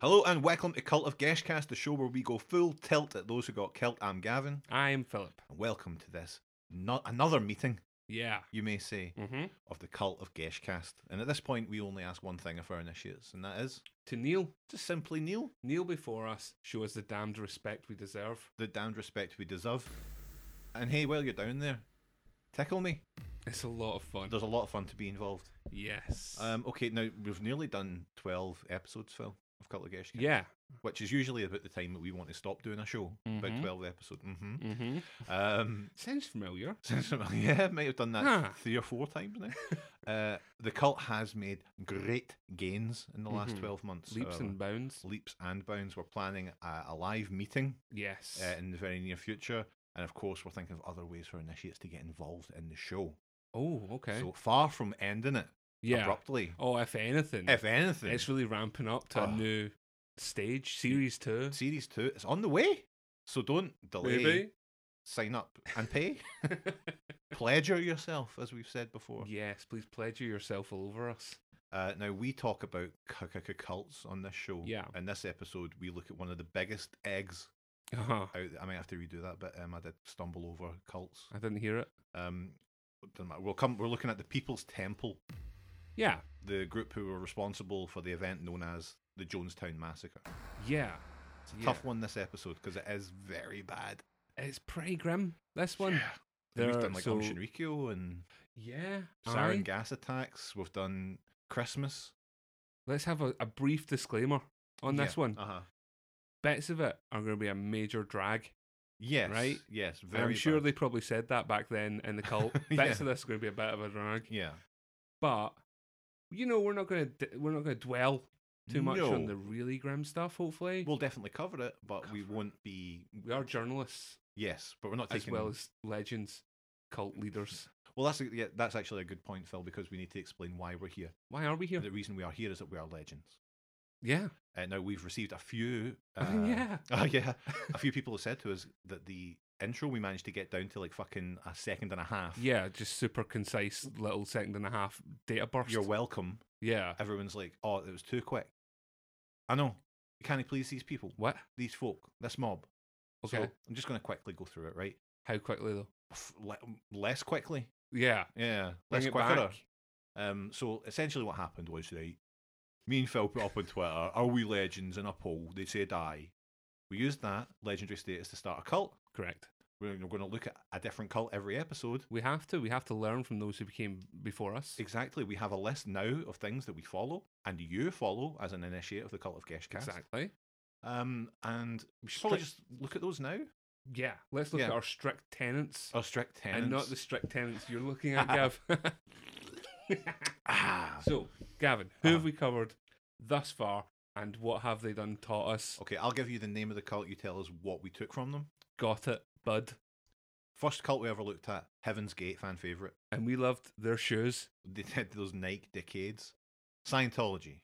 Hello and welcome to Cult of Geshcast, the show where we go full tilt at those who got killed. I'm Gavin, I am Philip. and welcome to this not another meeting, Yeah. you may say, Mm-hmm. of the Cult of Geshcast. And at this point, we only ask one thing of our initiates, and that is To kneel, just simply kneel. kneel before us, show us the damned respect we deserve. The damned respect we deserve. And hey, while you're down there, tickle me. It's a lot of fun. There's a lot of fun to be involved. Yes. Um, okay, now we've nearly done 12 episodes, Phil, of Cult of Geshcast, yeah. which is usually about the time that we want to stop doing a show. About Mhm. 12 episodes. hmm Mm-hmm. Um, Sounds familiar. Since I'm- yeah, might have done that Huh. three or four times now. uh, the cult has made great gains in the last Mhm. twelve months. Leaps however. and bounds. leaps and bounds. We're planning a, a live meeting Yes. uh, in the very near future, and of course, we're thinking of other ways for initiates to get involved in the show. oh, okay. So far from ending it yeah. abruptly, Oh, if anything, if anything, it's really ramping up to Oh. a new stage, series two. series two is on the way. So don't delay. Maybe. Sign up and pay. Pledger yourself, as we've said before. yes, please pledge yourself all over us. Uh, now we talk about c- c- c- cults on this show. Yeah. In this episode, we look at one of the biggest eggs Uh-huh. out. I might have to redo that, but um, I did stumble over cults. I didn't hear it. Um, doesn't matter. We'll come. We're looking at the People's Temple, Yeah. the group who were responsible for the event known as the Jonestown Massacre. Yeah. It's a Yeah. tough one this episode because it is very bad. It's pretty grim. This one. And We've There- done like so- Om Shinrikyo and Yeah. sarin aye. gas attacks. We've done Christmas Let's have a, a brief disclaimer on this one. Uh huh. Bits of it are going to be a major drag. Yes. Right? Yes. and Very. I'm sure bad. they probably said that back then in the cult. Bits Yeah. of this are going to be a bit of a drag, Yeah. but you know we're not going to d- we're not going to dwell too much No. on the really grim stuff. Hopefully, We'll definitely cover it, but we won't be. we are journalists Yes, but we're not as taking. well as legends, cult leaders. well, that's a, yeah, that's actually a good point, Phil, because we need to explain why we're here. Why are we here? The reason we are here is that we are legends. Yeah, Uh, now we've received a few. I Uh, mean, yeah. oh, yeah. A few people have said to us that the intro we managed to get down to like fucking a second and a half. yeah, just super concise little second and a half data burst. You're welcome. yeah. Everyone's like, oh, it was too quick. I know. Can I please these people, What? these folk, this mob? Okay. So I'm just going to quickly go through it, right? How quickly though? F- le- less quickly. Yeah. Yeah, Bring less it quicker. back. Um, so essentially, what happened was right, me and Phil put up on Twitter, "Are we legends?" in a poll. They said aye. We used that legendary status to start a cult. Correct. We're going to look at a different cult every episode. We have to. We have to learn from those who became before us. Exactly. We have a list now of things that we follow and you follow as an initiate of the cult of Geshcast. Exactly. Um, and we should probably Strict- just look at those now. Yeah. Let's look Yeah. at our strict tenants, Our Oh, strict tenants. and not the strict tenants you're looking at, Gav. ah. so, Gavin, who Uh-huh. have we covered thus far, and what have they done taught us? Okay, I'll give you the name of the cult. You tell us what we took from them. Got it, bud. First cult we ever looked at, Heaven's Gate fan favorite. And we loved their shoes. They did those Nike decades. Scientology.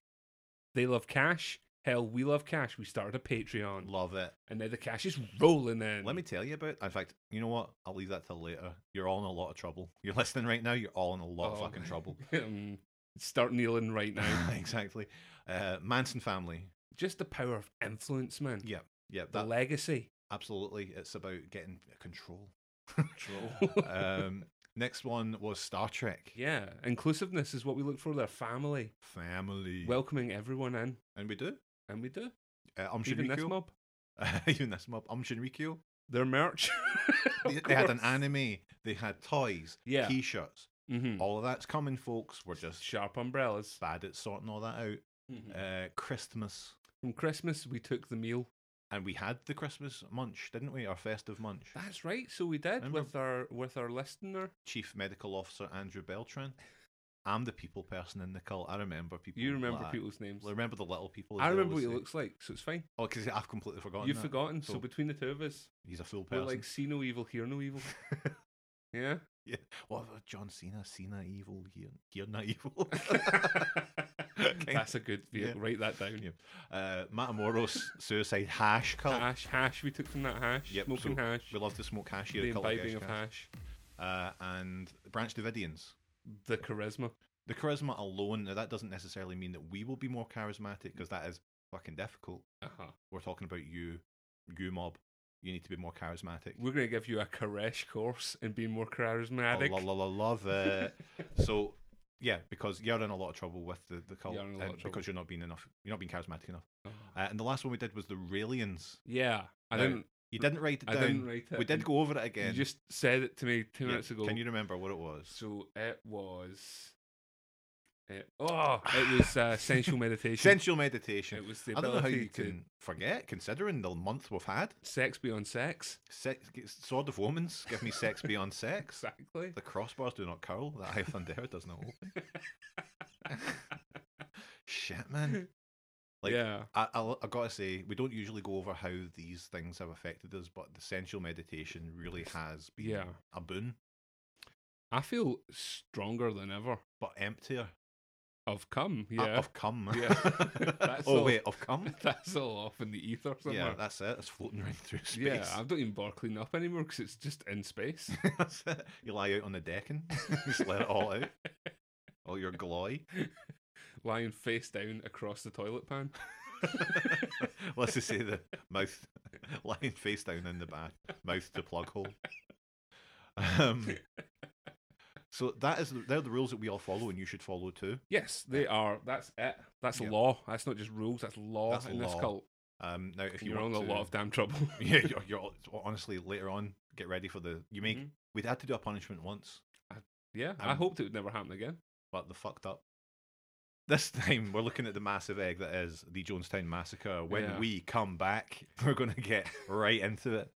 They love cash. Hell, we love cash. We started a Patreon, Love it. and now the cash is rolling in. Let me tell you about In fact, you know what? I'll leave that till later. You're all in a lot of trouble. You're listening right now, you're all in a lot of Oh. fucking trouble. Um, start kneeling right now. exactly. Uh, Manson family. Just the power of influence, man. Yeah. Yeah, The that legacy. absolutely it's about getting control. Control. um next one was Star Trek. Yeah, inclusiveness is what we look for there. Family, Family. welcoming everyone in, and we do. and we do. Uh, Um Even this Shinrikyo. mob, Even this mob. Um Shinrikyo. their merch. They, they had an anime. anime. They had toys. Yeah. T-shirts. Mm-hmm. All of that's coming, folks. We're just Sharp umbrellas. bad at sorting all that out. Mhm. Uh, Christmas, From Christmas, we took the meal. and we had the Christmas munch, didn't we? Our festive munch. That's right. So we did Remember- with our with our listener. Chief Medical Officer Andrew Beltran. I'm the people person in the cult. I remember people. You like remember that. people's names. I remember the little people. as I they remember what always he say. looks like, so it's fine. Oh, because I've completely forgotten. You've that. forgotten. So, So- between the two of us, He's a full we're person. like see no evil, hear no evil. yeah. yeah. What about John Cena? Cena evil, here, here not evil. That's a good. Yeah. Write that down. Yeah. uh, Matamoros suicide hash cult. Hash, hash. We took from that hash. Yep, Smoking so hash. We love to smoke hash here. the at Cult of imbibing of Geshcast. hash. uh, and Branch Davidians. The charisma. The charisma alone, now that doesn't necessarily mean that we will be more charismatic because that is fucking difficult. Uh-huh. We're talking about you, you mob. You need to be more charismatic. We're gonna give you a Koresh course in being more charismatic. Oh, lo- lo- lo- love it. so yeah, because you're in a lot of trouble with the the cult You're in a lot and of trouble. because you're not being enough. You're not being charismatic enough. Oh. Uh, and the last one we did was the Raelians. yeah, I No, didn't. You didn't write it I down. didn't write it. we did You- go over it You again. just said it to me ten Yeah, minutes ago. Can you remember what it was? So it was. It, oh, it was uh, sensual meditation. Sensual meditation. It was the I don't know how you ability to can forget, considering the month we've had. sex beyond sex. Sex, Sword of Woman's, give me sex beyond sex. Exactly. The crossbars do not curl. That Highlander does not open. Shit, man. like, yeah. I, I, I gotta say, we don't usually go over how these things have affected us, but the sensual meditation really has been Yeah. a boon, I feel stronger than ever. but emptier. I've come. Uh, Yeah. of cum. Yeah. That's oh all. wait, of cum. That's all off in the ether Yeah, somewhere. that's it. It's floating around through space. Yeah, I don't even bother cleaning up anymore because it's just in space. That's it. You lie out on the deck and just let it all out. All your glory. Lying face down across the toilet pan. Let's just say the mouth lying face down in the bath, mouth to plug hole. Um, so that is they're the rules that we all follow, and you should follow too. Yes, they are. That's it. That's Yeah. law. That's not just rules. That's law That's in this law. cult. Um, now, if you You're want in a to- lot of damn trouble. yeah, you're, you're honestly later on get ready for the you make. Mhm. We'd had to do a punishment once, Yeah, I I'm- hoped it would never happen again. but the fucked up. This time we're looking at the massive egg that is the Jonestown massacre. When Yeah. we come back, we're gonna get right into it.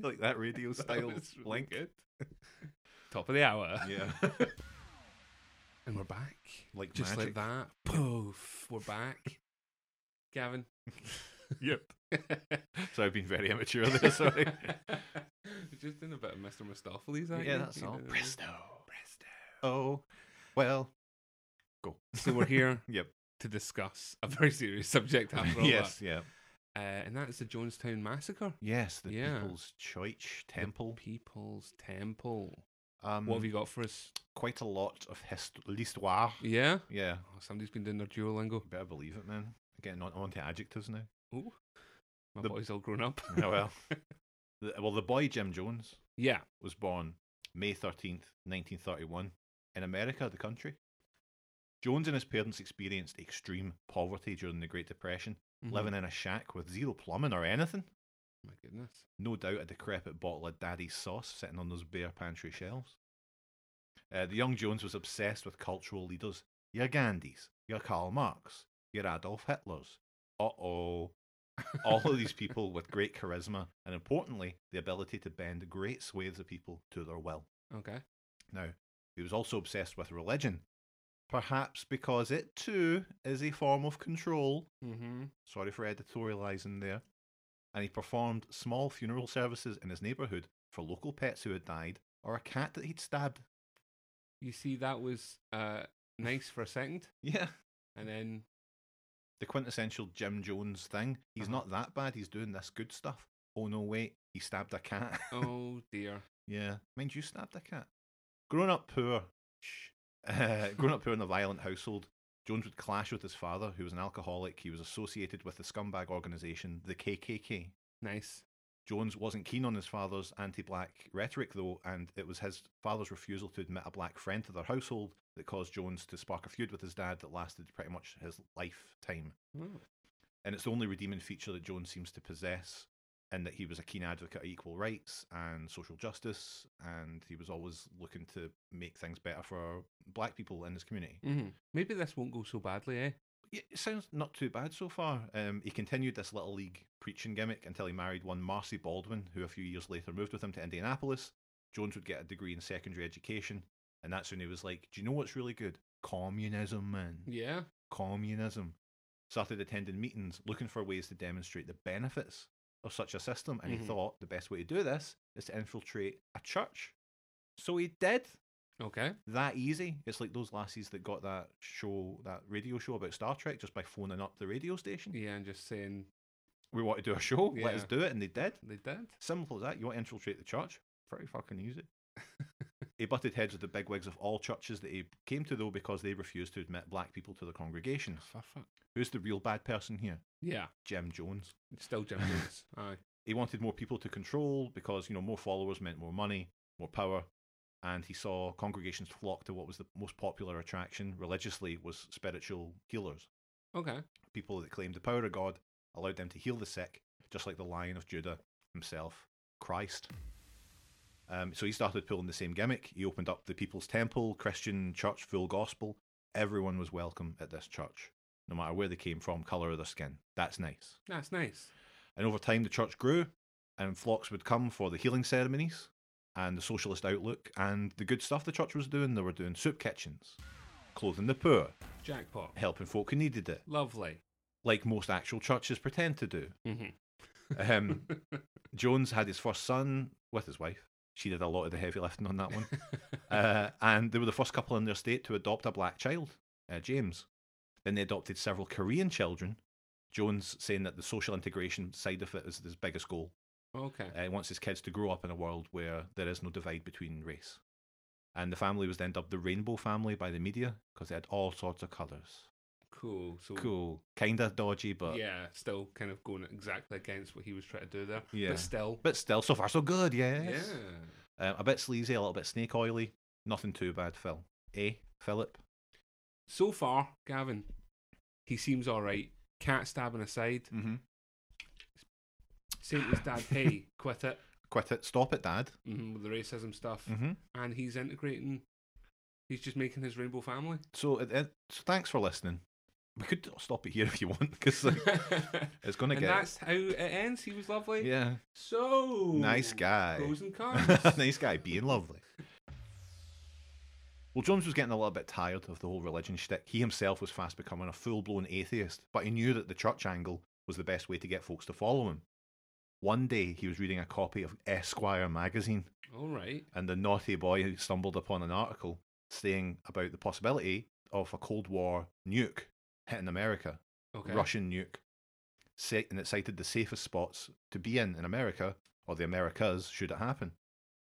Like that radio That style was really link. good. Top of the hour. Yeah. And we're back. like Just magic. like that. Poof. We're back. Gavin. Yep. so I've been very immature there, sorry. We're just doing a bit of Mr. Mistopheles, aren't yeah, you? that's You all. know. Presto. Oh, well. Go. So we're here Yep. to discuss a very serious subject after all yes, yeah. that. Uh, and that is the Jonestown Massacre. Yes, the Yeah. People's Church Temple. People's Temple. Um, What have you got for us? Quite a lot of hist- l'histoire. Yeah? Yeah. Oh, somebody's been doing their Duolingo. You better believe it, man. Getting on, onto adjectives now. My The- boy's all grown up. oh, well. The, well, the boy Jim Jones yeah. was born May 13th, 1931, in America, the country. Jones and his parents experienced extreme poverty during the Great Depression, Mhm. living in a shack with zero plumbing or anything. My goodness. No doubt a decrepit bottle of daddy's sauce sitting on those bare pantry shelves. Uh, the young Jones was obsessed with cultural leaders. Your Gandhis, your Karl Marx, your Adolf Hitlers. Uh oh. All of these people with great charisma and importantly, the ability to bend great swathes of people to their will. Okay. Now, he was also obsessed with religion, perhaps because it too is a form of control. Mm-hmm. Sorry for editorializing there. And he performed small funeral services in his neighborhood for local pets who had died or a cat that he'd stabbed. You see, that was uh, nice for a second, Yeah. and then The quintessential Jim Jones thing. He's Uh-huh. not that bad. He's doing this good stuff. Oh, no, wait. He stabbed a cat. oh dear, yeah. Mind you, stabbed a cat. Grown up poor. Uh, grown up poor in a violent household, Jones would clash with his father, who was an alcoholic. He was associated with the scumbag organization, the KKK. nice. Jones wasn't keen on his father's anti black rhetoric, though, and it was his father's refusal to admit a black friend to their household that caused Jones to spark a feud with his dad that lasted pretty much his lifetime. Oh, And it's the only redeeming feature that Jones seems to possess, in that he was a keen advocate of equal rights and social justice, and he was always looking to make things better for black people in his community. mhm. Maybe this won't go so badly, eh? Yeah, It sounds not too bad so far. Um, he continued this little league preaching gimmick until he married one Marcy Baldwin, who a few years later moved with him to Indianapolis. Jones would get a degree in secondary education, and that's when he was like, "Do you know what's really good? Communism, man. Yeah. Communism." Started attending meetings, looking for ways to demonstrate the benefits of such a system, and Mhm. he thought the best way to do this is to infiltrate a church. So he did Okay. that easy. It's like those lassies that got that show, that radio show about Star Trek, just by phoning up the radio station. Yeah, and just saying We want to do a show. Let us Yeah. do it, and they did. they did. Simple as that. You want to infiltrate the church? Pretty fucking easy. He butted heads with the bigwigs of all churches that he came to, though, because they refused to admit black people to their congregations. For fuck. Who's the real bad person here? Yeah, Jim Jones. it's still Jim Jones. Aye. He wanted more people to control because, you know, more followers meant more money, more power, and he saw congregations flock to what was the most popular attraction religiously was spiritual healers. Okay. people that claimed the power of God allowed them to heal the sick, just like the Lion of Judah himself, Christ. Um, so he started pulling the same gimmick. He opened up the People's Temple, Christian church, full gospel. Everyone was welcome at this church, no matter where they came from, colour of their skin. That's nice. That's nice. And over time, the church grew, and flocks would come for the healing ceremonies and the socialist outlook and the good stuff the church was doing. They were doing soup kitchens, clothing the poor, Jackpot. helping folk who needed it Lovely. like most actual churches pretend to do. Mm-hmm. Um, Jones had his first son with his wife. She did a lot of the heavy lifting on that one. uh, and they were the first couple in their state to adopt a black child, uh, James. Then they adopted several Korean children. Jones saying that the social integration side of it is his biggest goal. Okay. Uh, he wants his kids to grow up in a world where there is no divide between race. And the family was then dubbed the Rainbow Family by the media because they had all sorts of colours. Cool. So Cool. Kind of dodgy, but yeah, still kind of going exactly against what he was trying to do there. Yeah. But still. But still, so far so good, yes. Yeah. Um, a bit sleazy, a little bit snake oily. Nothing too bad, Phil. Eh, Philip? So far, Gavin, he seems all right. Cat stabbing aside, Mm-hmm. saying to his dad, "Hey, quit it." Quit it. Stop it, Dad. hmm with the racism stuff, Mm-hmm. and he's integrating. He's just making his rainbow family. So, it, it, so thanks for listening. We could stop it here if you want, because it's going to and get. that's how it ends. He was lovely. yeah. So Nice guy. Pros and cons. nice guy, being lovely. Well, Jones was getting a little bit tired of the whole religion shtick. He himself was fast becoming a full blown atheist, but he knew that the church angle was the best way to get folks to follow him. One day, he was reading a copy of Esquire magazine, All right. and the naughty boy stumbled upon an article saying about the possibility of a Cold War nuke hitting America, Okay. Russian nuke, Sa- and it cited the safest spots to be in in America or the Americas should it happen.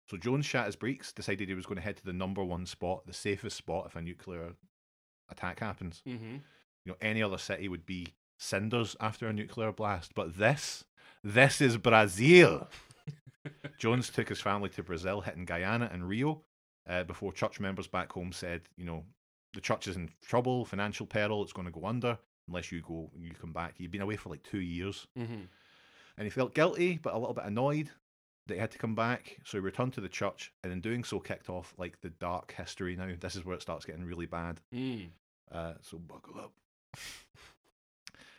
So Jones shat his breeks, decided he was going to head to the number one spot, the safest spot if a nuclear attack happens. Mm-hmm. You know, any other city would be cinders after a nuclear blast, but this, this is Brazil. Jones took his family to Brazil, hitting Guyana and Rio, uh, before church members back home said, you know, the church is in trouble, financial peril, it's going to go under unless you go, you come back. You've been away for like two years, Mm-hmm. and he felt guilty, but a little bit annoyed that he had to come back. So he returned to the church, and in doing so, kicked off like the dark history. Now this is where it starts getting really bad. Mm. Uh, so buckle up.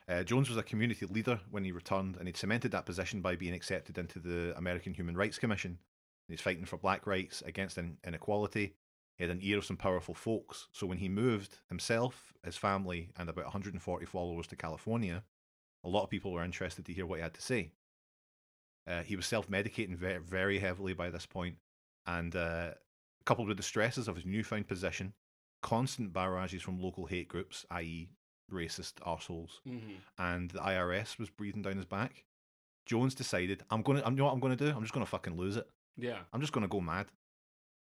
Uh, Jones was a community leader when he returned, and he'd cemented that position by being accepted into the American Human Rights Commission. He's fighting for black rights against in- inequality. He had an ear of some powerful folks, so when he moved himself, his family, and about 140 followers to California, a lot of people were interested to hear what he had to say. Uh, he was self medicating very, very heavily by this point, and uh, coupled with the stresses of his newfound position, constant barrages from local hate groups, i.e., racist arseholes, Mm-hmm. and the IRS was breathing down his back. Jones decided, I'm gonna, I'm, you know what I'm gonna do? I'm just gonna fucking lose it. Yeah. I'm just gonna go mad.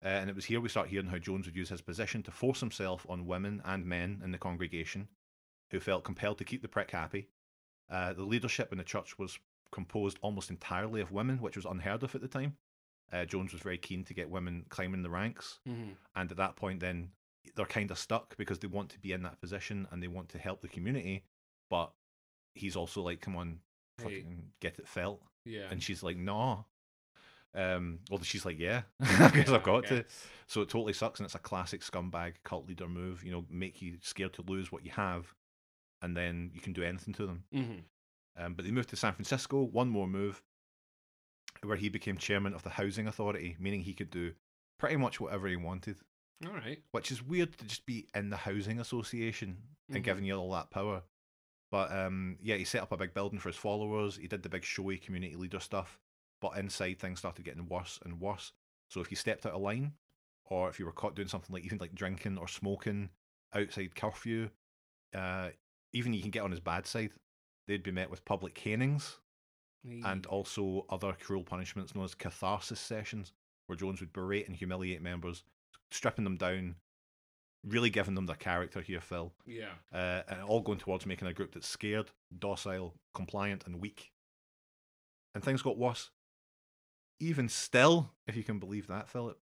Uh, and it was here we start hearing how Jones would use his position to force himself on women and men in the congregation, who felt compelled to keep the prick happy. Uh, the leadership in the church was composed almost entirely of women, which was unheard of at the time. Uh, Jones was very keen to get women climbing the ranks Mm-hmm. and at that point then they're kind of stuck because they want to be in that position and they want to help the community but he's also like come on Hey. fucking get it felt Yeah. and she's like nah um well she's like yeah i guess Yeah, i've got to guess. so it totally sucks and it's a classic scumbag cult leader move you know make you scared to lose what you have and then you can do anything to them Mhm. um, but they moved to San Francisco, one more move, where he became chairman of the housing authority, meaning he could do pretty much whatever he wanted All right. which is weird to just be in the housing association and Mhm. giving you all that power. But um, yeah, he set up a big building for his followers. He did the big showy community leader stuff, but inside things started getting worse and worse. So if you stepped out of line, or if you were caught doing something like even like drinking or smoking outside curfew, uh, even you can get on his bad side. They'd be met with public canings and Hey. also other cruel punishments known as catharsis sessions, where Jones would berate and humiliate members, stripping them down, really giving them their character here, Phil, Yeah. uh, and all going towards making a group that's scared, docile, compliant, and weak. And things got worse. Even still, if you can believe that, Philip,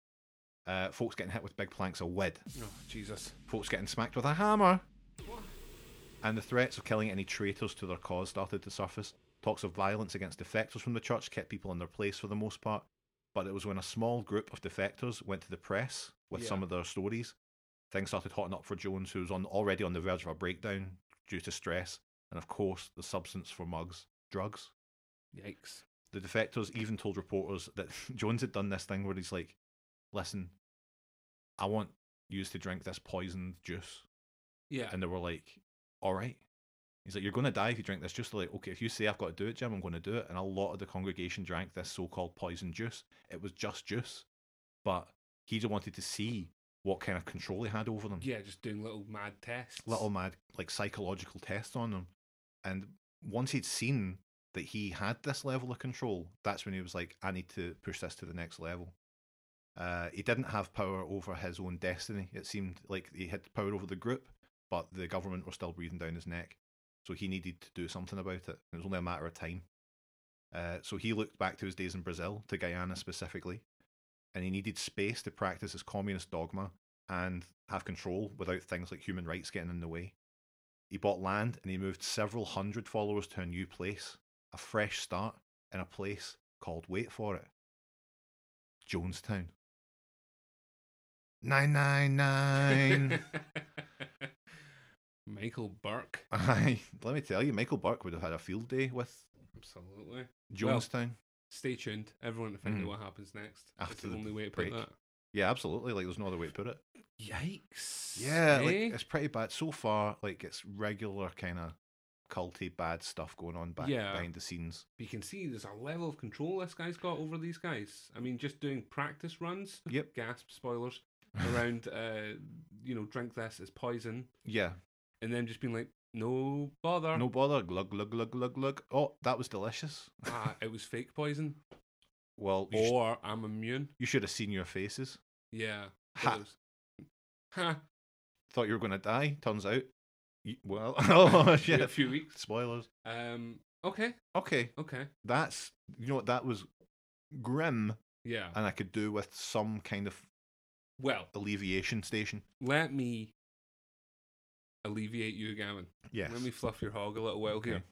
uh, folks getting hit with big planks of wood Oh, Jesus. folks getting smacked with a hammer. And the threats of killing any traitors to their cause started to surface. Talks of violence against defectors from the church kept people in their place for the most part. But it was when a small group of defectors went to the press with some Yeah. of their stories, things started hotting up for Jones, who was on already on the verge of a breakdown due to stress and, of course, the substance for Muggs, drugs. Yikes. The defectors even told reporters that Jones had done this thing where he's like, "Listen, I want you to drink this poisoned juice," Yeah. and they were like, "All right." He's like, "You're going to die if you drink this juice." They're like, "Okay, if you say I've got to do it, Jim, I'm going to do it." And a lot of the congregation drank this so-called poison juice. It was just juice, but he just wanted to see what kind of control he had over them yeah, just doing little mad tests. little mad like psychological test on him. And once he'd seen that he had this level of control, that's when he was like, I need to push this to the next level. Uh, he didn't have power over his own destiny. It seemed like he had power over the group, but the government were still breathing down his neck. So he needed to do something about it. It was only a matter of time. Uh, so he looked back to his days in Brazil, to Guyana specifically, and he needed space to practice his communist dogma and have control without things like human rights getting in the way. He bought land and he moved several hundred followers to a new place, a fresh start in a place called, wait for it, Jonestown. 999. Michael Burke. Aye, Let me tell you, Michael Burke would have had a field day with Absolutely. Jonestown. Stay tuned, everyone, to find Mm. out what happens next. That's After the the only way to break. put that. yeah, absolutely. Like, there's no other way to put it. Yikes. Yeah, like, eh? it's pretty bad so far. Like, it's regular kind of culty bad stuff going on back Yeah. behind the scenes. you can see there's a level of control this guy's got over these guys. I mean, just doing practice runs. Yep. Gasp, spoilers. Around, uh, you know, drink this as poison. Yeah, And then just being like, no bother. No bother. Glug glug glug glug glug. Oh, that was delicious. Ah, it was fake poison. Well, you, sh- Or I'm immune. you should have seen your faces. Yeah. Ha. It was- Ha. Thought you were going to die. Turns out, you, well, oh A shit. few weeks. Spoilers. Um. Okay. Okay, Okay. that's you know what that was grim, Yeah. and I could do with some kind of Well, alleviation station. let me alleviate you, Gavin. Yes. Let me fluff your hog a little while Okay. here.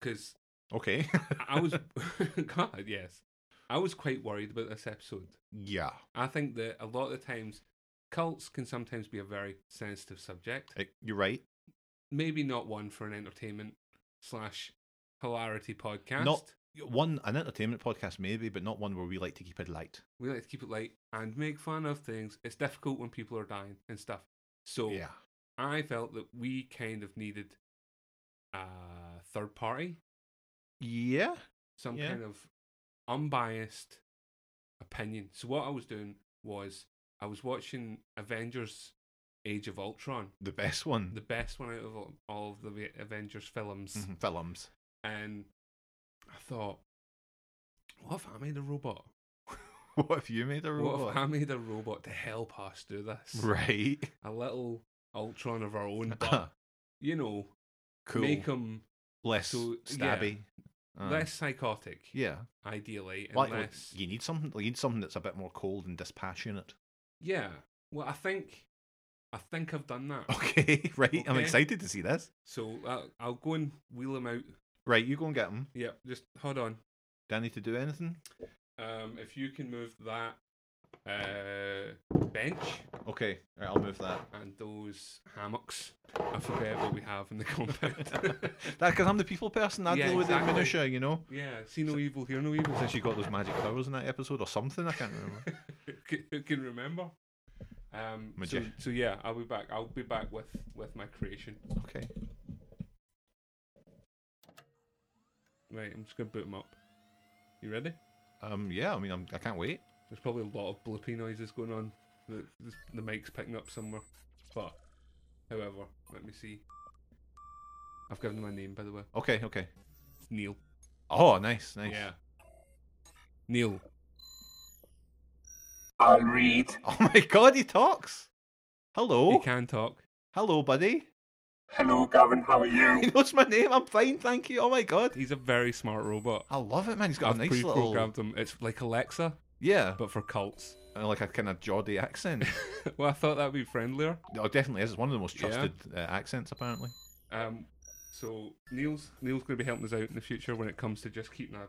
Because Okay. I was, God, yes. I was quite worried about this episode. yeah. I think that a lot of the times, cults can sometimes be a very sensitive subject. Eh, you're right. Maybe not one for an entertainment slash hilarity podcast. Not- One an entertainment podcast maybe, but not one where we like to keep it light. We like to keep it light and make fun of things. It's difficult when people are dying and stuff. So I felt that we kind of needed a third party, Yeah. some Yeah. kind of unbiased opinion. So what I was doing was I was watching Avengers: Age of Ultron, The best one. the best one out of all- all of the ve- Avengers films, Mhm, Films. and I thought, what if I made a robot? What if you made a What if I robot? made a robot to help us do this? Right. A little Ultron of our own, but you know, cool. make him less So, yeah. stabby. Uh, less psychotic, Yeah. ideally, and Like, like, less. you need something. You need something that's a bit more cold and dispassionate. Yeah. Well, I think I think I've done that. Okay. Right. I'm Okay. excited to see this. So I'll, I'll go and wheel him out. Right. You go and get them. Yeah, just hold on. Do I need to do anything? Um, if you can move that uh, bench Okay. Right. I'll move that. and those hammocks, I forget what we have in the compound. That because I'm the people person. I Yeah, deal with exactly. the minutia. You know. yeah, see no evil, hear no evil. Since you got those magic powers in that episode or something, I can't remember. C- Who can remember? Um, so, Magi- so yeah, I'll be back. I'll be back with with my creation. okay. Right, I'm just gonna boot him up. You ready? Um. Yeah. I mean, I'm, I can't wait. There's probably a lot of bloopy noises going on. The, the, the mic's picking up somewhere. But, however, let me see. I've given him a name, by the way. Okay. Okay. It's Neil. Oh, nice. Nice. Yeah. Neil. I'll read. Oh my god, he talks. Hello. He can talk. Hello, buddy. Hello, Gavin. How are you? He knows my name. I'm fine, thank you. Oh my god. He's a very smart robot. I love it, man. He's got I've a nice little. pre-programmed him. It's like Alexa, Yeah, but for cults. and like a kind of Geordie accent. well, I thought that'd be friendlier. oh, it definitely is. It's one of the most Yeah. trusted uh, accents, apparently. Um, so Neil's Neil's going to be helping us out in the future when it comes to just keeping a,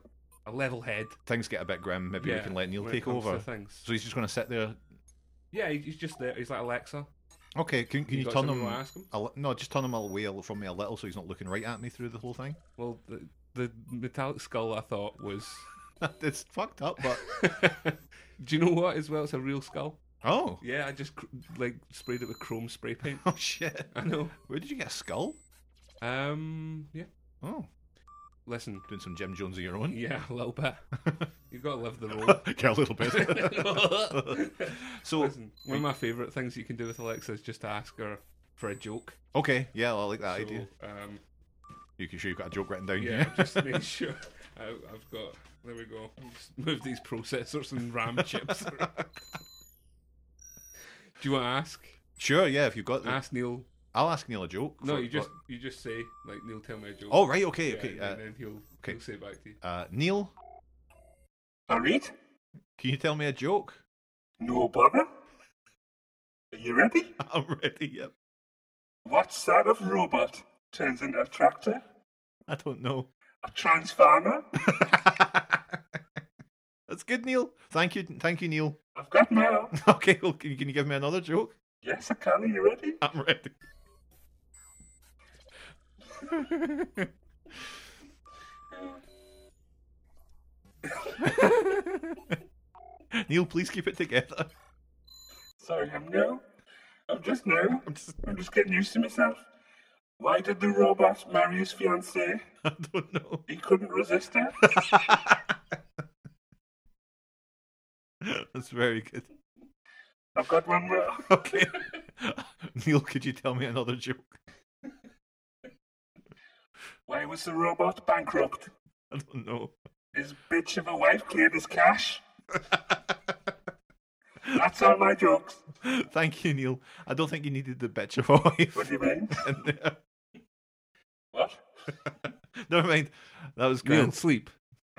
a level head. Things get a bit grim. Maybe we Yeah, can let Neil when it take comes to over. things. So he's just going to sit there. Yeah, he- he's just there. He's like Alexa. Okay, can, can you, got turn something him? wanna ask him? A li- no, just turn him away from me a little so he's not looking right at me through the whole thing. Well, the, the metallic skull I thought was. it's fucked up, but Do you know what? As well, it's a real skull. oh, Yeah, I just cr- like sprayed it with chrome spray paint. oh shit! I know. Where did you get a skull? Um, yeah. Oh, Listen, doing some Jim Jones of your own. yeah, a little bit. You've got to live the role. Get a little bit. so Listen, one of my favourite things you can do with Alexa is just to ask her for a joke. okay, yeah, I like that so, idea. Um, You can sure you've got a joke written down yeah, here. just make sure I, I've got. There we go. Just move these processors and RAM chips. do you want to ask? sure, yeah. If you've got, the, Ask Neil. I'll ask Neil a joke. Ah. No, for- you just you just say like Neil, tell me a joke. Oh right, okay, Yeah, okay. and, Uh, then he'll okay. he'll say it back to you. uh, Neil, I'll read. can you tell me a joke? No bother. Are you ready? I'm ready. Yep. What sort of robot turns into a tractor, I don't know. a transformer? That's good, Neil. Thank you, thank you, Neil. I've got mail. Okay, well, can you, can you give me another joke? Yes, I can. Are you ready? I'm ready. Neil, please keep it together. Sorry, I'm new. I'm just new. I'm just, I'm just getting used to myself. Why did the robot marry his fiancée? I don't know. He couldn't resist her. That's very good. I've got one more. Okay. Neil, could you tell me another joke? Why was the robot bankrupt? I don't know. His bitch of a wife cleared his cash. That's all my jokes. Thank you, Neil. I don't think you needed the bitch of a wife What do you mean? in there. What? Never mind. That was Neil, good. sleep.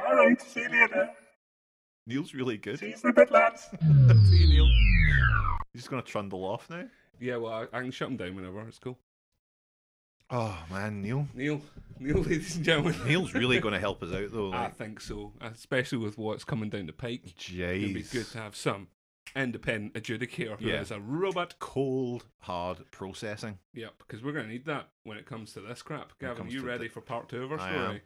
All right, see you later. Neil's really good. See you in a bit, lads. See you, Neil. He's just going to trundle off now. Yeah, well, I, I can shut him down whenever. It's cool. Oh, man, Neil. Neil, Neil, ladies and gentlemen. Neil's really going to help us out, though. I Like, think so, especially with what's coming down the pike. It'd be jeez. good to have some independent adjudicator who is Yeah. a robot. Cold, hard processing. Yeah, because we're going to need that when it comes to this crap. When it Gavin, comes you to ready the- for part two of our I story? am.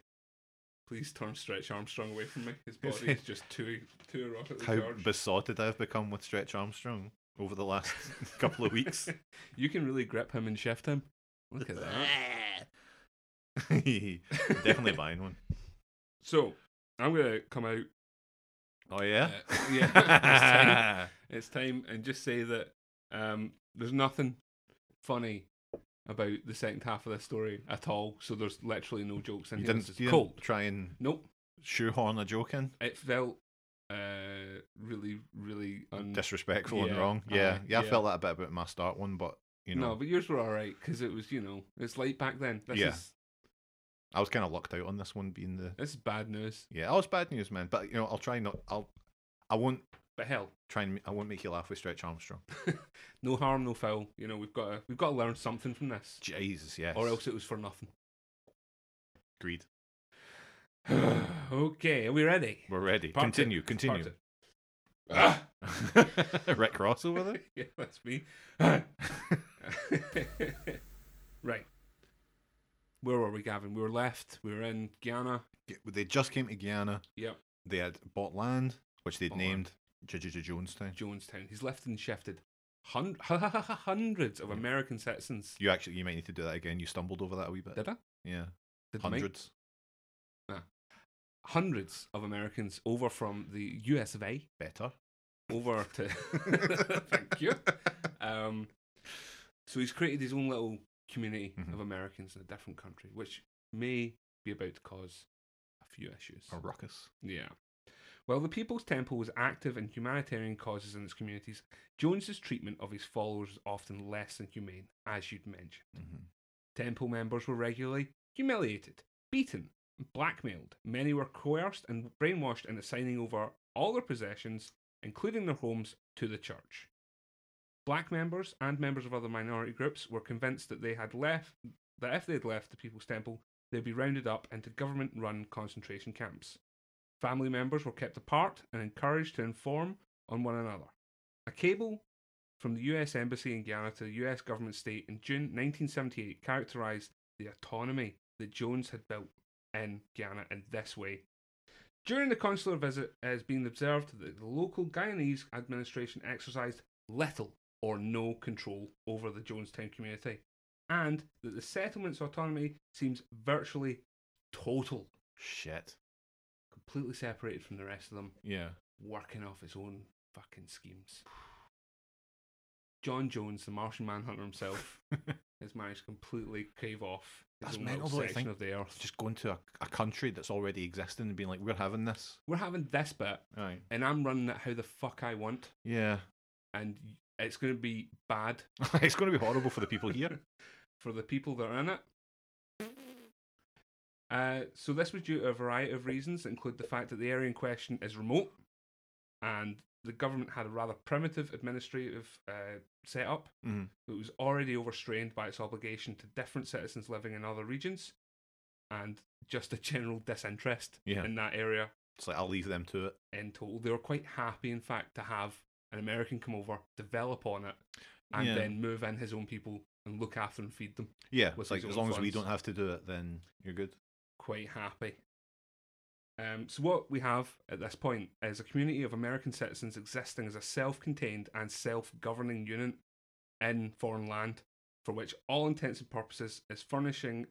Please turn Stretch Armstrong away from me. His body is just too too erotically How charged. besotted I've become with Stretch Armstrong over the last couple of weeks. you can really grip him and shift him. Look at that. Definitely buying one. So I'm going to come out. Oh, yeah? Uh, yeah, It's time and just say that um, there's nothing funny about the second half of this story at all. So there's literally no jokes in you here. didn't, It's you cold. didn't try and Nope. shoehorn a joke in? It felt uh, really, really un- Disrespectful and Mm. Yeah, wrong. Yeah. aye, yeah, I yeah. felt that a bit about my start one, but, you know, No, but yours were all right because it was, you know, it's late back then. This Yeah. is I was kind of lucked out on this one being the this is bad news. Yeah, oh, it's bad news, man. But you know, I'll try not. I'll. I won't But hell, try and. I won't make you laugh with Stretch Armstrong. no harm, no foul. You know, we've got to we've got to learn something from this, Jesus, yes. or else it was for nothing. greed. okay, are we ready? We're ready. Part two. Ah! continue. Continue. Part two. Rick Ross over there. yeah, that's me. right. Where were we, Gavin? We were left. We were in Guyana. G- They just came to Guyana. Yep. They had bought land, which they'd Bought named J.J. Jonestown. Jonestown. He's left and shifted. Hun- hundreds of American citizens. You actually, you might need to do that again. You stumbled over that a wee bit. Did I? Yeah, Did Mike- hundreds. hundreds of Americans over from the US of A Better. over to. Thank you. Um, so he's created his own little community Mhm. of Americans in a different country, which may be about to cause a few issues. A ruckus. Yeah. While the People's Temple was active in humanitarian causes in its communities, Jones's treatment of his followers was often less than humane, as you'd mentioned. Mhm. Temple members were regularly humiliated, beaten, and blackmailed. Many were coerced and brainwashed into signing over all their possessions, including their homes, to the church. Black members and members of other minority groups were convinced that they had left that if they had left the People's Temple, they'd be rounded up into government run concentration camps. Family members were kept apart and encouraged to inform on one another. A cable from the US Embassy in Guyana to the US government state in June 1978 characterised the autonomy that Jones had built in Guyana in this way. During the consular visit, it has been observed that the local Guyanese administration exercised little or no control over the Jonestown community, and that the settlement's autonomy seems virtually total, Shit. completely separated from the rest of them Yeah. working off his own fucking schemes. John Jones, the Martian Manhunter himself, has managed to completely cave off his That's own mental, little though, I section think. of the Earth. Just going to a, a country that's already existing and being like, we're having this. We're having this bit, Right. and I'm running it how the fuck I want, Yeah. and it's going to be bad it's going to be horrible for the people here. for the people that are in it. Uh, so this was due to a variety of reasons, include the fact that the area in question is remote, and the government had a rather primitive administrative uh, setup. hmm It was already overstrained by its obligation to different citizens living in other regions and just a general disinterest Yeah. in that area It's like, I'll leave them to it. in total. They were quite happy, in fact, to have an American come over, develop on it, and Yeah. then move in his own people and look after and feed them. Yeah. With it's like, his as own long as we funds. don't have to do it, then you're good. Quite happy. Um, so, what we have at this point is a community of American citizens existing as a self contained and self governing unit in foreign land, for which all intents and purposes is furnishing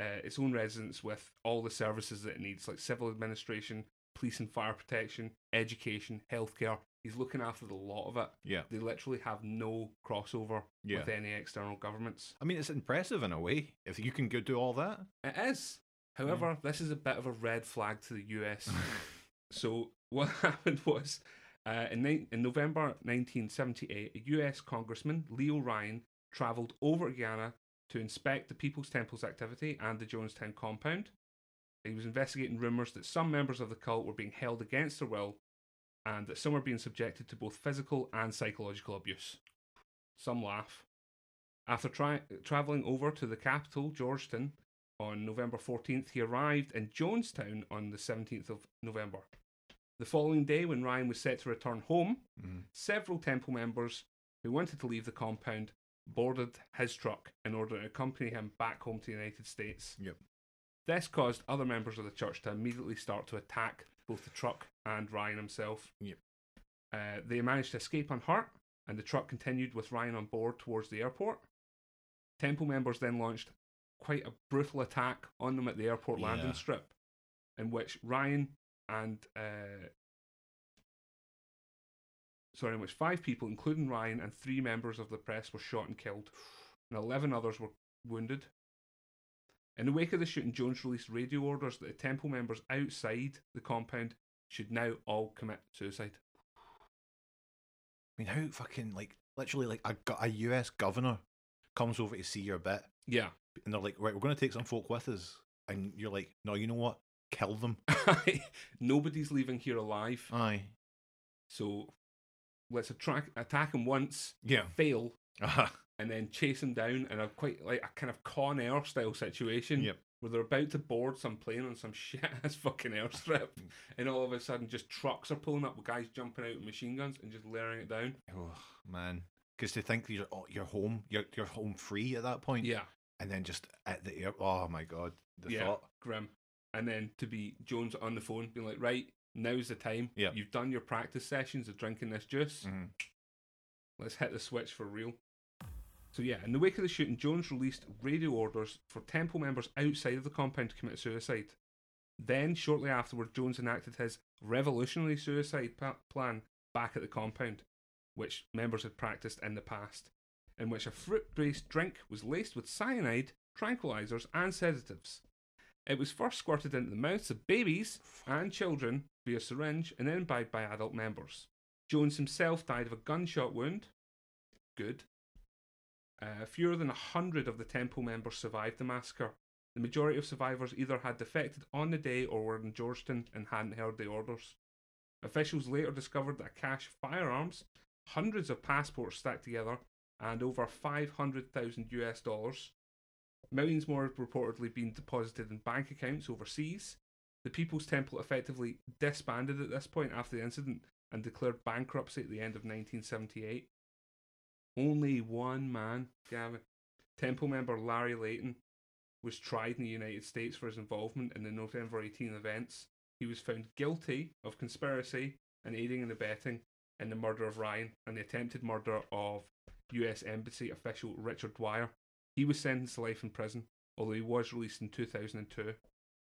uh, its own residents with all the services that it needs, like civil administration, police and fire protection, education, healthcare. He's looking after the lot of it. Yeah. They literally have no crossover Yeah. with any external governments. I mean, it's impressive in a way if you can go do all that. It is. However, this is a bit of a red flag to the US. so what happened was, uh, in, nine in November 1978, a US congressman, Leo Ryan, travelled over to Guyana to inspect the People's Temple's activity and the Jonestown compound. He was investigating rumours that some members of the cult were being held against their will and that some were being subjected to both physical and psychological abuse. Some laugh. After tri- travelling over to the capital, Georgetown, on November 14th, he arrived in Jonestown on the 17th of November. The following day, when Ryan was set to return home, Mhm. several temple members who wanted to leave the compound boarded his truck in order to accompany him back home to the United States. Yep. This caused other members of the church to immediately start to attack both the truck and Ryan himself. Yep. Uh, they managed to escape unhurt, and the truck continued with Ryan on board towards the airport. Temple members then launched quite a brutal attack on them at the airport landing Yeah. strip, in which Ryan and uh, sorry, in which five people, including Ryan and three members of the press, were shot and killed, and eleven others were wounded. In the wake of the shooting, Jones released radio orders that the temple members outside the compound should now all commit suicide. I mean, how fucking like literally like a, go- a US governor comes over to see your bit, Yeah. and they're like, right, we're going to take some folk with us, and you're like, no, you know what? Kill them. Nobody's leaving here alive. Aye. So let's attract, attack him once, Yeah. fail, Uh-huh. and then chase him down in a quite like a kind of Con Air style situation Yep. where they're about to board some plane on some shit ass fucking airstrip, and all of a sudden just trucks are pulling up with guys jumping out with machine guns and just layering it down. Oh man, because to think that you're oh, you're home, you're you're home free at that point, Yeah, and then just at the air. Oh my god, the yeah, thought. grim. And then to be Jones on the phone being like, right, now's the time. Yeah. you've done your practice sessions of drinking this juice. Mhm. Let's hit the switch for real. So yeah, in the wake of the shooting, Jones released radio orders for temple members outside of the compound to commit suicide. Then, shortly afterward, Jones enacted his revolutionary suicide pa- plan back at the compound, which members had practiced in the past, in which a fruit based drink was laced with cyanide, tranquilizers, and sedatives. It was first squirted into the mouths of babies and children via syringe and then by, by adult members. Jones himself died of a gunshot wound. Good. Uh, fewer than a hundred of the temple members survived the massacre. The majority of survivors either had defected on the day or were in Georgetown and hadn't heard the orders. Officials later discovered that a cache of firearms, hundreds of passports stacked together, and over 500,000 US dollars. Millions more have reportedly been deposited in bank accounts overseas. The People's Temple effectively disbanded at this point after the incident and declared bankruptcy at the end of 1978. Only one man, Gavin, Temple member Larry Layton, was tried in the United States for his involvement in the November 18 events. He was found guilty of conspiracy and aiding and abetting in the murder of Ryan and the attempted murder of US Embassy official Richard Dwyer. He was sentenced to life in prison, although he was released in 2002.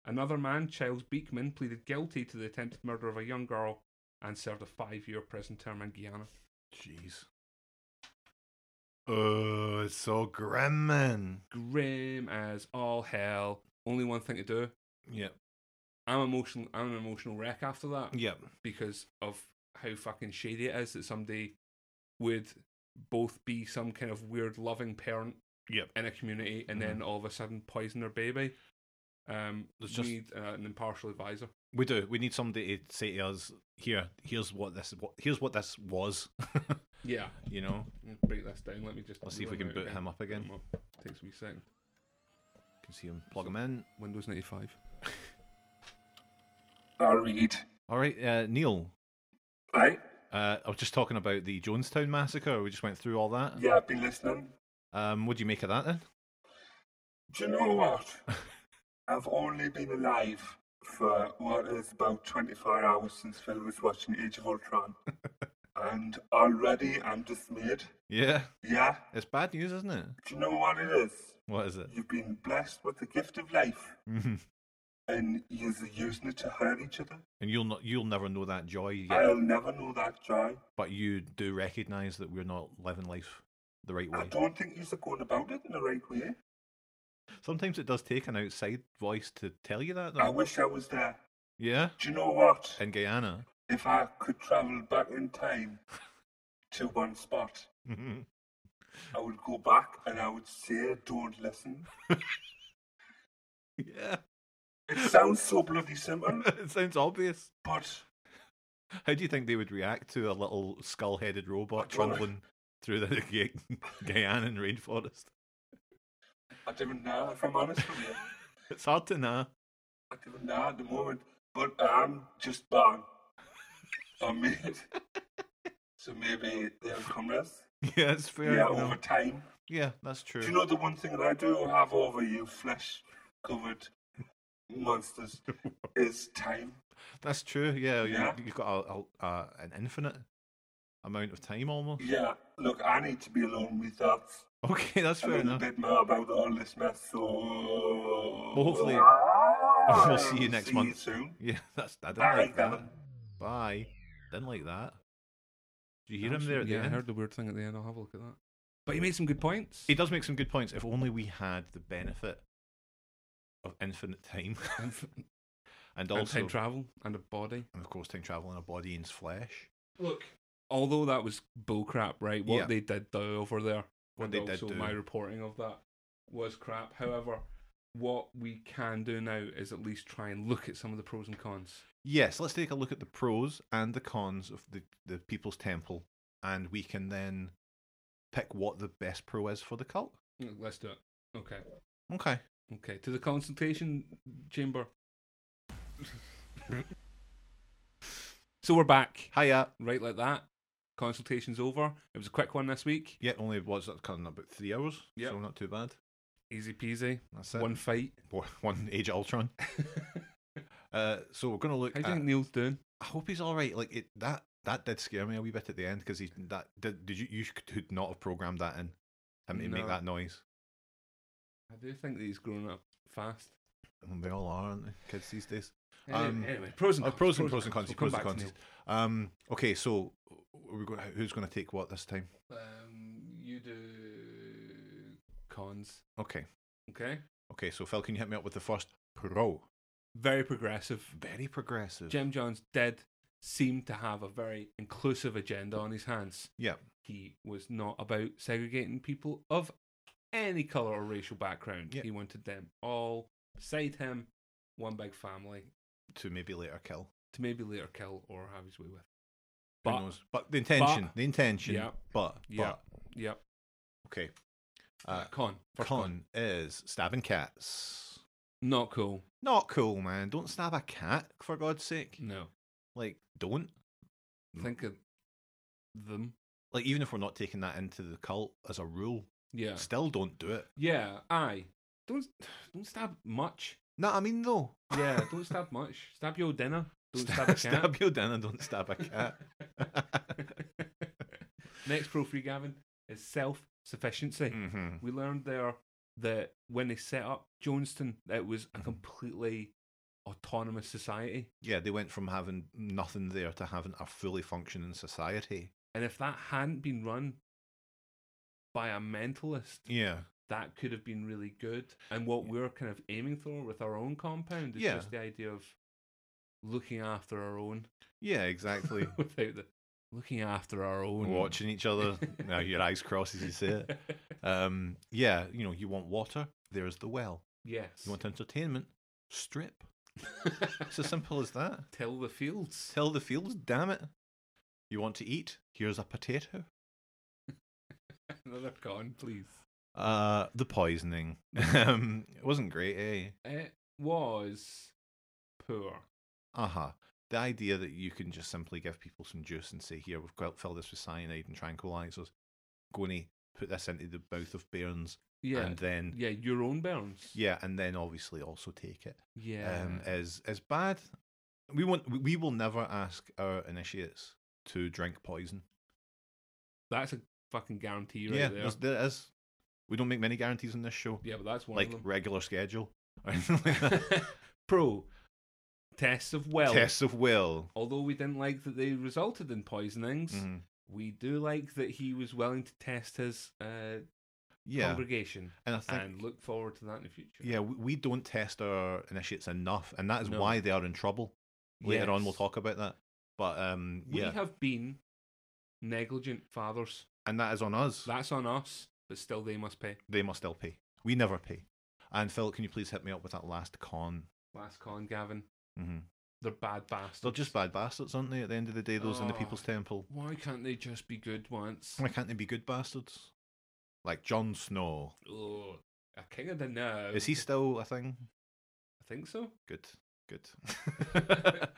Another man, Charles Beekman, pleaded guilty to the attempted murder of a young girl and served a five year prison term in Guyana. Jeez. Oh, it's so grim, man. Grim as all hell. Only one thing to do. Yep. I'm emotional. I'm an emotional wreck after that Yep. because of how fucking shady it is that somebody would both be some kind of weird loving parent Yep. in a community and then all of a sudden poison their baby. Um, There's we just- need uh, an impartial advisor. We do. We need somebody to say to us, "Here, here's what this, what, here's what this was." Yeah, you know. I'm gonna break this down. Let me just. Let's see if we run can out boot him up again. Come on, Takes a wee second. Can see him. Plug him in. Windows ninety five. I read. All right, uh, Neil. Aye. Uh, I was just talking about the Jonestown massacre. We just went through all that. Yeah, I've been listening. Um, what do you make of that then? Do you know what? I've only been alive for what is about 24 hours since Phil was watching Age of Ultron. and already I'm dismayed. Yeah, Yeah, it's bad news, isn't it? do you know what it is? What is it? You've been blessed with the gift of life Mhm. and you're using it to hurt each other. and you'll not, you'll never know that joy yet, I'll never know that joy. but you do recognise that we're not living life the right I way. don't think you're going about it in the right way. Sometimes it does take an outside voice to tell you that. I Though. wish I was there. Yeah, Do you know what? in Guyana. If I could travel back in time to one spot, I would go back and I would say, don't listen. yeah, It sounds so bloody simple, it sounds obvious. but How do you think they would react to a little skull-headed robot I don't know. trundling through the Gu- Guyanan rainforest? I didn't know, if I'm honest with you. It's hard to know. I didn't know at the moment, but I'm just bang. I mean, so maybe they'll come less. Yeah, it's fair. Yeah, you know. over time. Yeah, that's true. Do you know the one thing that I do have over you, flesh covered monsters, is time. That's true. Yeah, you, Yeah. you've got a, a, a, an infinite amount of time almost. Yeah, look, I need to be alone with that. Okay, that's A fair little enough. bit more about all this mess, so. Well, hopefully- we'll we'll see you next month. Ah, soon. Yeah, that's I didn't Bye, like that. Gavin. Bye. Didn't like that. Do you hear him there at the yeah, I end? heard the weird thing at the end. I'll have a look at that. But he made some good points. He does make some good points. If only we had the benefit of infinite time, and and also, time travel and a body. and of course, time travel in a body and's flesh. Look, although that was bullcrap, right? What Yeah. they did do over there, What and they did also do. my reporting of that was crap. However, what we can do now is at least try and look at some of the pros and cons. Yes, let's take a look at the pros and the cons of the, the People's Temple, and we can then pick what the best pro is for the cult. Mm, Let's do it. Okay, Okay. okay. To the concentration chamber. so we're back, Hiya. right? Like that. Consultation's over. It was a quick one this week. Yeah, only was that kind of about three hours, Yep. so not too bad. Easy peasy. That's it. One fight. One, one Age of Ultron. Uh, so we're gonna look. How do At, you think Neil's doing? I hope he's all right. Like it that that did scare me a wee bit at the end because he that did, did you you could not have programmed that in him to No. make that noise. I do think that he's grown up fast. And they all are, aren't they, kids these days? Anyway, Um, anyway, pros and Oh, cons. pros and pros and cons. We'll pros come and back to cons. Um, okay, so are we going, who's going to take what this time? Neil. Um, you do cons. Okay, Okay. okay. So Phil, can you hit me up with the first Pro. Very progressive. Very progressive. Jim Jones did seem to have a very inclusive agenda on his hands. yeah. He was not about segregating people of any colour or racial background. Yeah. He wanted them all beside him, one big family, To maybe later kill. to maybe later kill or have his way with. Who knows? But the intention. the intention. Yeah. But, Yeah. but. Yep. Okay. Uh, Uh, con. First con. con is stabbing cats. Not cool. Not cool, man. Don't stab a cat, for God's sake. No. Like, don't. Mm. Think of them. Like, even if we're not taking that into the cult as a rule, Yeah. still don't do it. Yeah. Aye. Don't don't stab much. No, I mean, though. Yeah. Don't stab much. Stab your dinner. Don't stab a cat. stab your dinner, don't stab a cat. Next pro free Gavin is self sufficiency. hmm We learned there that when they set up Johnston, it was a completely autonomous society. Yeah, they went from having nothing there to having a fully functioning society. And if that hadn't been run by a mentalist, Yeah. that could have been really good. And what we're kind of aiming for with our own compound is Yeah. just the idea of looking after our own Yeah, exactly. without the looking after our own. Watching each other. Now your eyes cross as you say it. Um, yeah, you know, you want water, there's the well. yes. You want entertainment, strip. It's as simple as that. Till the fields. Till the fields, damn it. You want to eat? Here's a potato. Another con, please. Uh, the poisoning. um, it wasn't great, eh? It was poor. Uh-huh. The idea that you can just simply give people some juice and say, here, we've got, fill this with cyanide and tranquilizers. Go and put this into the mouth of Burns. Yeah. And then, yeah, your own burns. yeah, and then obviously also take it. Yeah. Um, is, is bad. We, want, we- we will never ask our initiates to drink poison. that's a fucking guarantee right yeah, there. there's- there is. We don't make many guarantees on this show. Yeah, but that's one like of regular schedule. or anything like them. that. Pro. Tests of will. Tests of will. although we didn't like that they resulted in poisonings, Mhm. we do like that he was willing to test his uh, Yeah. congregation and I think and look forward to that in the future. Yeah, we, we don't test our initiates enough, and that is No. why they are in trouble. Later on, we'll Yes. talk about that. But um, We yeah, have been negligent fathers. and that is on us. That's on us, but still they must pay. They must still pay. We never pay. And Phil, can you please hit me up with that last con? Last con, Gavin. hmm They're bad bastards. They're just bad bastards, aren't they? At the end of the day, those in the Oh. People's Temple. Why can't they just be good once? Why can't they be good bastards? Like Jon Snow. Oh, a king of the nerve. Is he still a thing? I think so. Good, good. I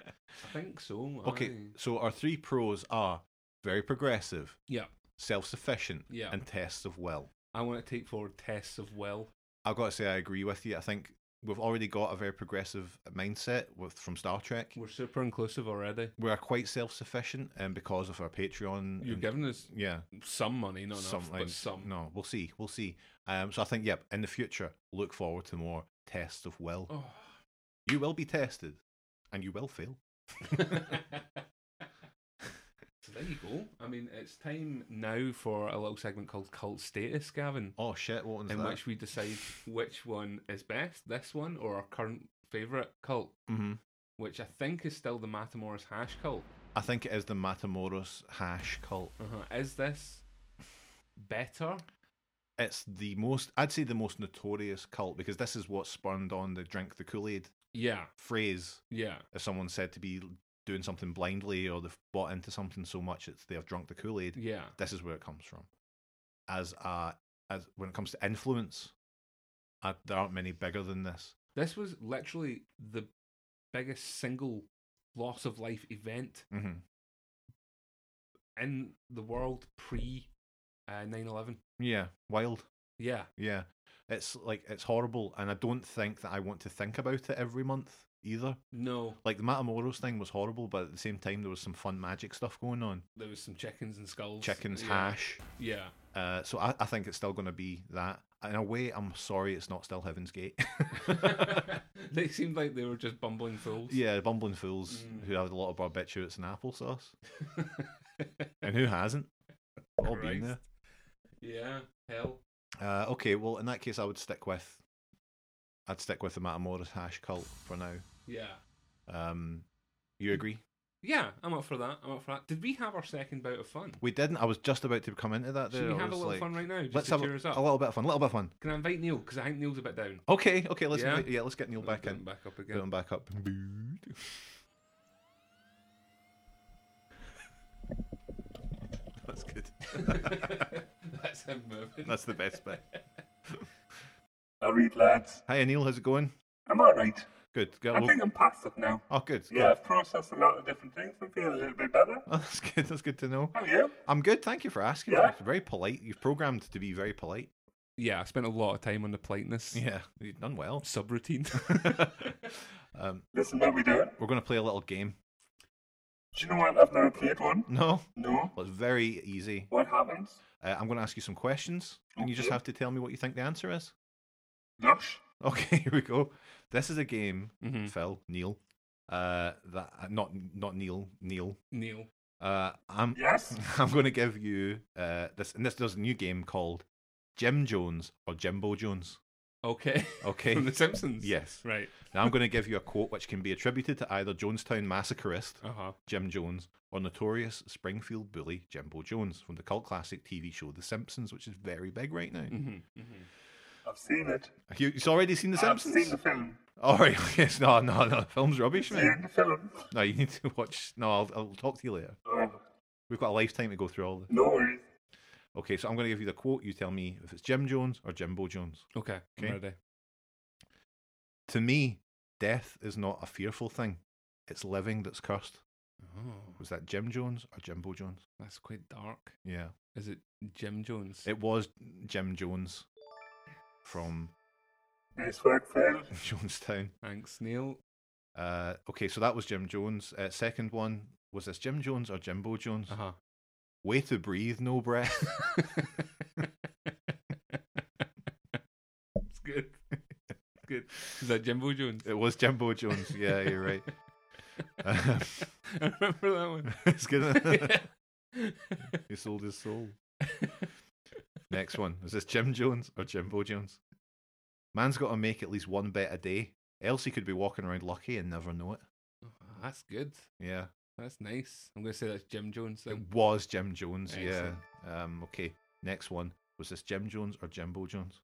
think so. okay, aye. so our three pros are very progressive, Yeah. self sufficient, Yeah. and tests of will. I want to take forward tests of will. I've got to say, I agree with you. I think we've already got a very progressive mindset with from Star Trek. We're super inclusive already. We are quite self sufficient, and because of our Patreon, You're and- giving us yeah, some money, not enough, something. but some. No, we'll see, we'll see. Um, so I think, yep, in the future, look forward to more tests of will. Oh. You will be tested, and you will fail. so there you go. I mean, it's time now for a little segment called Cult Status, Gavin, Oh shit! What one's in that? which we decide which one is best, this one or our current favourite cult, hmm which I think is still the Matamoros Hash cult. I think it is the Matamoros hash cult. Uh-huh. Is this better? It's the most, I'd say, the most notorious cult because this is what spurned on the drink the Kool Aid Yeah, phrase. yeah, if someone's said to be doing something blindly or they've bought into something so much that they've drunk the Kool Aid, yeah. this is where it comes from. As uh, as when it comes to influence, uh, there aren't many bigger than this. This was literally the biggest single loss of life event Mm-hmm. in the world pre uh, 9-11 Yeah, wild. yeah Yeah, it's like it's horrible, and I don't think that I want to think about it every month either. no Like the Matamoros thing was horrible, but at the same time there was some fun magic stuff going on. there was some chickens and skulls Chickens, yeah. hash. yeah Uh, so I, I think it's still going to be that. In a way, I'm sorry it's not still Heaven's Gate. they seemed like they were just bumbling fools Yeah, bumbling fools Mm. who have a lot of barbiturates and applesauce. and who hasn't? We've All been Christ. there. yeah hell Uh, okay, well, in that case, I would stick with I'd stick with the Matamoros hash cult for now. Yeah. Um, you agree? Yeah, I'm up for that. I'm up for that. Did we have our second bout of fun? We didn't. I was just about to come into that. There. Should we I have a was little like, fun right now? Just let's to have a, cheer us up. a little bit of fun. A little bit of fun. Can I invite Neil? Because I think Neil's a bit down. Okay, okay. Let's Yeah? invite- yeah let's get Neil back Get in. him Back up Get again. him back up. That's good. That's him moving. That's the best bit. I read, lads. Hi, Neil. How's it going? I'm alright. Good. Go- I think I'm past it now. Oh, good. Yeah, I've processed a lot of different things. I'm feeling a little bit better. Oh, that's good. That's good to know. How are you? I'm good. Thank you for asking. Yeah. You're Very polite. You've programmed to be very polite. Yeah, I spent a lot of time on the politeness Yeah, you've done well. subroutine. um, Listen, what we doing? we're going to play a little game. Do you know what? I've never played one. No, No. well, it's very easy. What happens? Uh, I'm going to ask you some questions, and you just Okay. have to tell me what you think the answer is. Lush. Okay, here we go. This is a game, Mhm. Phil, Neil, uh, that uh, not not Neil, Neil. Neil. Uh, I'm Yes. I'm going to give you uh, this, and this is a new game called Jim Jones or Jimbo Jones. Okay. Okay. From The Simpsons. Yes. Right. Now I'm going to give you a quote which can be attributed to either Jonestown massacreist Uh huh. Jim Jones or notorious Springfield bully Jimbo Jones from the cult classic TV show The Simpsons, which is very big right now. Mm. Mm-hmm. I've seen it. You, you've already seen The Simpsons? I've seen the film. All right, yes, no, no, no, the film's rubbish, Seen man. the film. No, you need to watch. No, I'll, I'll talk to you later. Oh, We've got a lifetime to go through all this. no worries. Okay, so I'm going to give you the quote. You tell me if it's Jim Jones or Jimbo Jones. Okay. I'm Okay. ready. To me, death is not a fearful thing. It's living that's cursed. Oh, Was that Jim Jones or Jimbo Jones? that's quite dark. Yeah. Is it Jim Jones? It was Jim Jones from Nice work, Phil. Jonestown. Thanks, Neil. Uh, okay, so that was Jim Jones. Uh, second one was this Jim Jones or Jimbo Jones? Uh huh. Way to breathe, no breath. it's good. Good. Is that Jimbo Jones? it was Jimbo Jones. Yeah, you're right. Um, I remember that one. Oh, it's good. Yeah. he sold his soul. Next one is this Jim Jones or Jimbo Jones? Man's got to make at least one bet a day, else he could be walking around lucky and never know it. Oh, that's good. Yeah, That's nice. I'm gonna say that's Jim Jones it then. was Jim Jones. Yeah. Um. Okay. Next one was this Jim Jones or Jimbo Jones?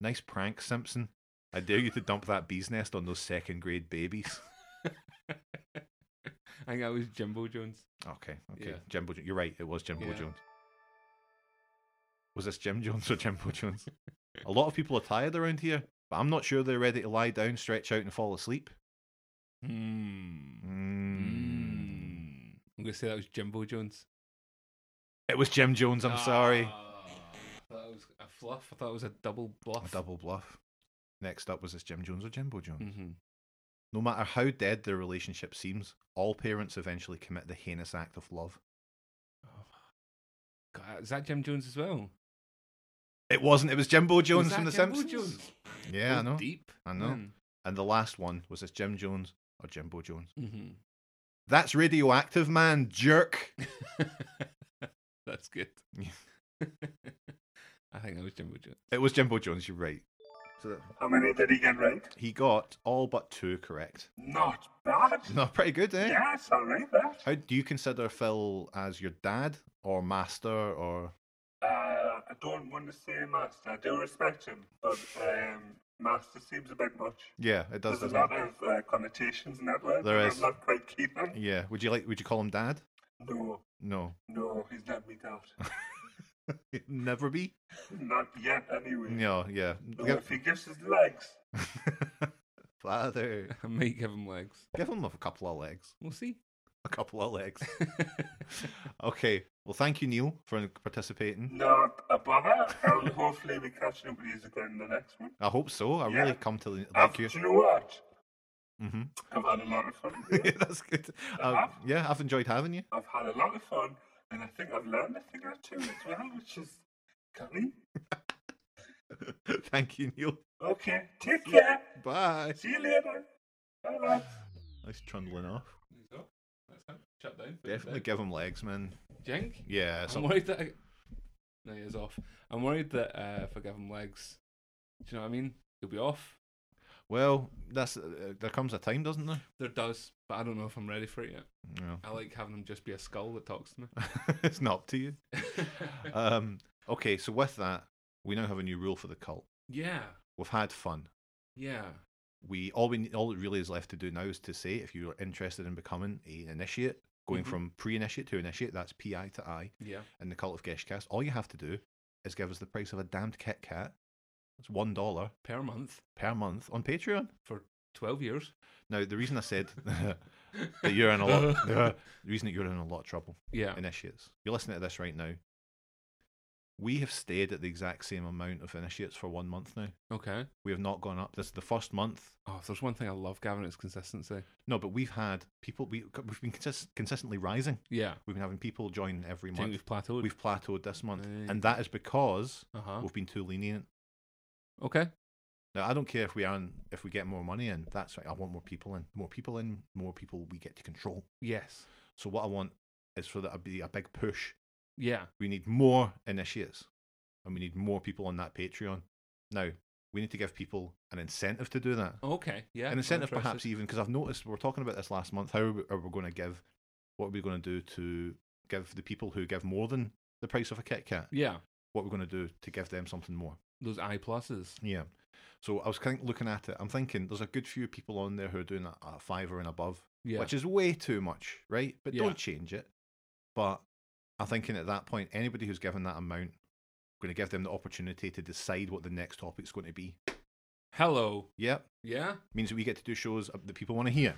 Nice prank, Simpson. I dare you to dump that bee's nest on those second grade babies. I think that was Jimbo Jones. Okay, okay. Yeah. Jimbo, Jo- you're right. It was Jimbo Yeah. Jones. Was this Jim Jones or Jimbo Jones? a lot of people are tired around here, but I'm not sure they're ready to lie down, stretch out, and fall asleep. Hmm. Mm. Hmm. I'm gonna say that was Jimbo Jones. Ah, It was Jim Jones. I'm sorry. I thought it was a fluff. I thought it was a double A bluff. double bluff. Next up was this Jim Jones or Jimbo Jones? hmm No matter how dead their relationship seems, all parents eventually commit the heinous act of love. God, is that Jim Jones as well? It wasn't. It was Jimbo Jones Hmm. Was from The that Jimbo Simpsons. Jones? Yeah, I Goes know. Deep. I know. And the last one was this Jim Jones or Jimbo Jones? Mm-hmm. That's radioactive, man, jerk. That's good. Yeah. I think that was Jimbo Jones. It was Jimbo Jones. You're right. So that- How many did he get right? he got all but two correct. Not bad. No, pretty good, eh? Yes, all right, that. How do you consider Phil as your dad or master or? Uh, I don't want to say Master. I do respect him, but um, Master seems a bit much. Yeah, it does. There's a doesn't it? lot of uh, connotations in that word. There that is. I'm not quite keen on. Yeah. Would you like? Would you call him dad? No, No. no, he's not me that. Never be. not yet, anyway. No. Yeah. No, if he gives his legs, Father, I might give him legs. give him a couple of legs. We'll see. A couple of legs. okay. Well, thank you, Neil, for participating. not a bother. I'll hopefully be catching up with you again in the next one. I hope so. I Yeah. really come to the, I've- thank you. Do you know what? hmm I've had a lot of fun. yeah, that's good. Uh, Uh-huh. yeah, I've enjoyed having you. I've had a lot of fun, and I think I've learned a thing or two as well, which is coming. Thank you, Neil. Okay, take care. Bye. See you later. Bye bye. Nice trundling off. That's him. Shut down. put him Definitely give him legs, man. down. Jink. Yeah. So, I'm worried that. I... No, he is off. I'm worried that uh, if I give him legs, do you know what I mean? He'll be off. Well, that's uh, there comes a time, doesn't there? There does, but I don't know if I'm ready for it yet. No, I like having him just be a skull that talks to me. it's not up to you. Um, okay, so with that, we now have a new rule for the cult. yeah, We've had fun. yeah. We all we all that really is left to do now is to say if you are interested in becoming a initiate, going Mhm. from pre-initiate to initiate, that's PI to I Yeah. in the cult of Geshcast. All you have to do is give us the price of a damned Kit Kat. It's one dollar Per month per month on Patreon. for 12 years. Now, the reason I said that you're in a lot, the reason that you're in a lot of trouble, Yeah. initiates. You're listening to this right now. We have stayed at the exact same amount of initiates for one month now. Okay. We have not gone up. This is the first month. Oh, if there's one thing I love, Gavin, it's consistency. No, but we've had people. We we've been consist- consistently rising. Yeah. We've been having people join every I think month. we've plateaued. We've plateaued this month, Aye. and that is because uh huh. we've been too lenient. Okay. Now I don't care if we earn, if we get more money in. That's right. I want more people in. More people in. More people we get to control. Yes. So what I want is for that to be a big push. Yeah. We need more initiates, and we need more people on that Patreon. Now we need to give people an incentive to do that. Okay. Yeah. I'm an incentive, perhaps interested. even because I've noticed we were talking about this last month. How are we, are we going to give? What are we going to do to give the people who give more than the price of a Kit Kat? Yeah. What we're going to do to give them something more? Those I pluses. Yeah. So I was kind of looking at it. I'm thinking there's a good few people on there who are doing a, a fiver and above, Yeah. which is way too much, right? But Yeah. don't change it. But I'm thinking at that point, anybody who's given that amount, going to give them the opportunity to decide what the next topic's going to be. Hello. Yep. Yeah. Means that we get to do shows uh, that people want to hear.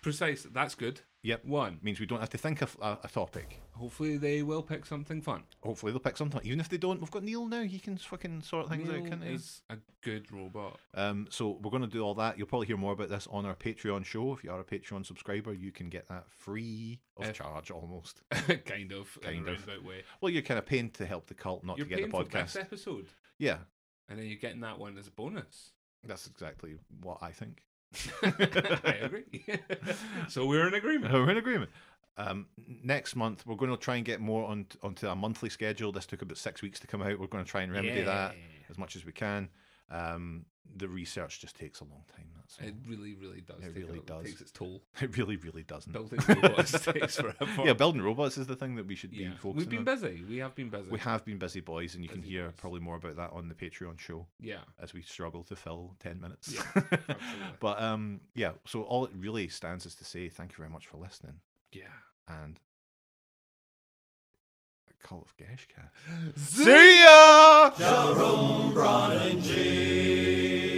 Precise. That's good. Yep. One. Means we don't have to think of a, a topic. Hopefully they will pick something fun. Hopefully they'll pick something. Even if they don't, we've got Neil now. He can fucking sort things out, Neil can't he? is a good robot. Um, so we're going to do all that. You'll probably hear more about this on our Patreon show. If you are a Patreon subscriber, you can get that free of Eh. charge almost. kind of. Kind in a of. roundabout way. Well, you're kind of paying to help the cult, not You're to get paying the for this podcast. episode, yeah, and then you're getting that one as a bonus. that's exactly what I think. I agree. so we're in agreement. We're in agreement. Um, next month, we're going to try and get more on onto a monthly schedule. This took about six weeks to come out. We're going to try and remedy that Yeah. as much as we can. Um, the research just takes a long time. That's all. It really, really does. It take a really lot- does. Takes its toll. It really, really doesn't. Building robots takes forever. Yeah, building robots is the thing that we should Yeah. be focusing We've on. been busy. We have been busy. We have been busy boys, and you can Busy hear boys. probably more about that on the Patreon show Yeah. as we struggle to fill 10 minutes. Yeah, absolutely. but um, yeah, so all it really stands is to say thank you very much for listening Yeah. and Call of Geshka. See ya. Sharon, Brian, and Jay.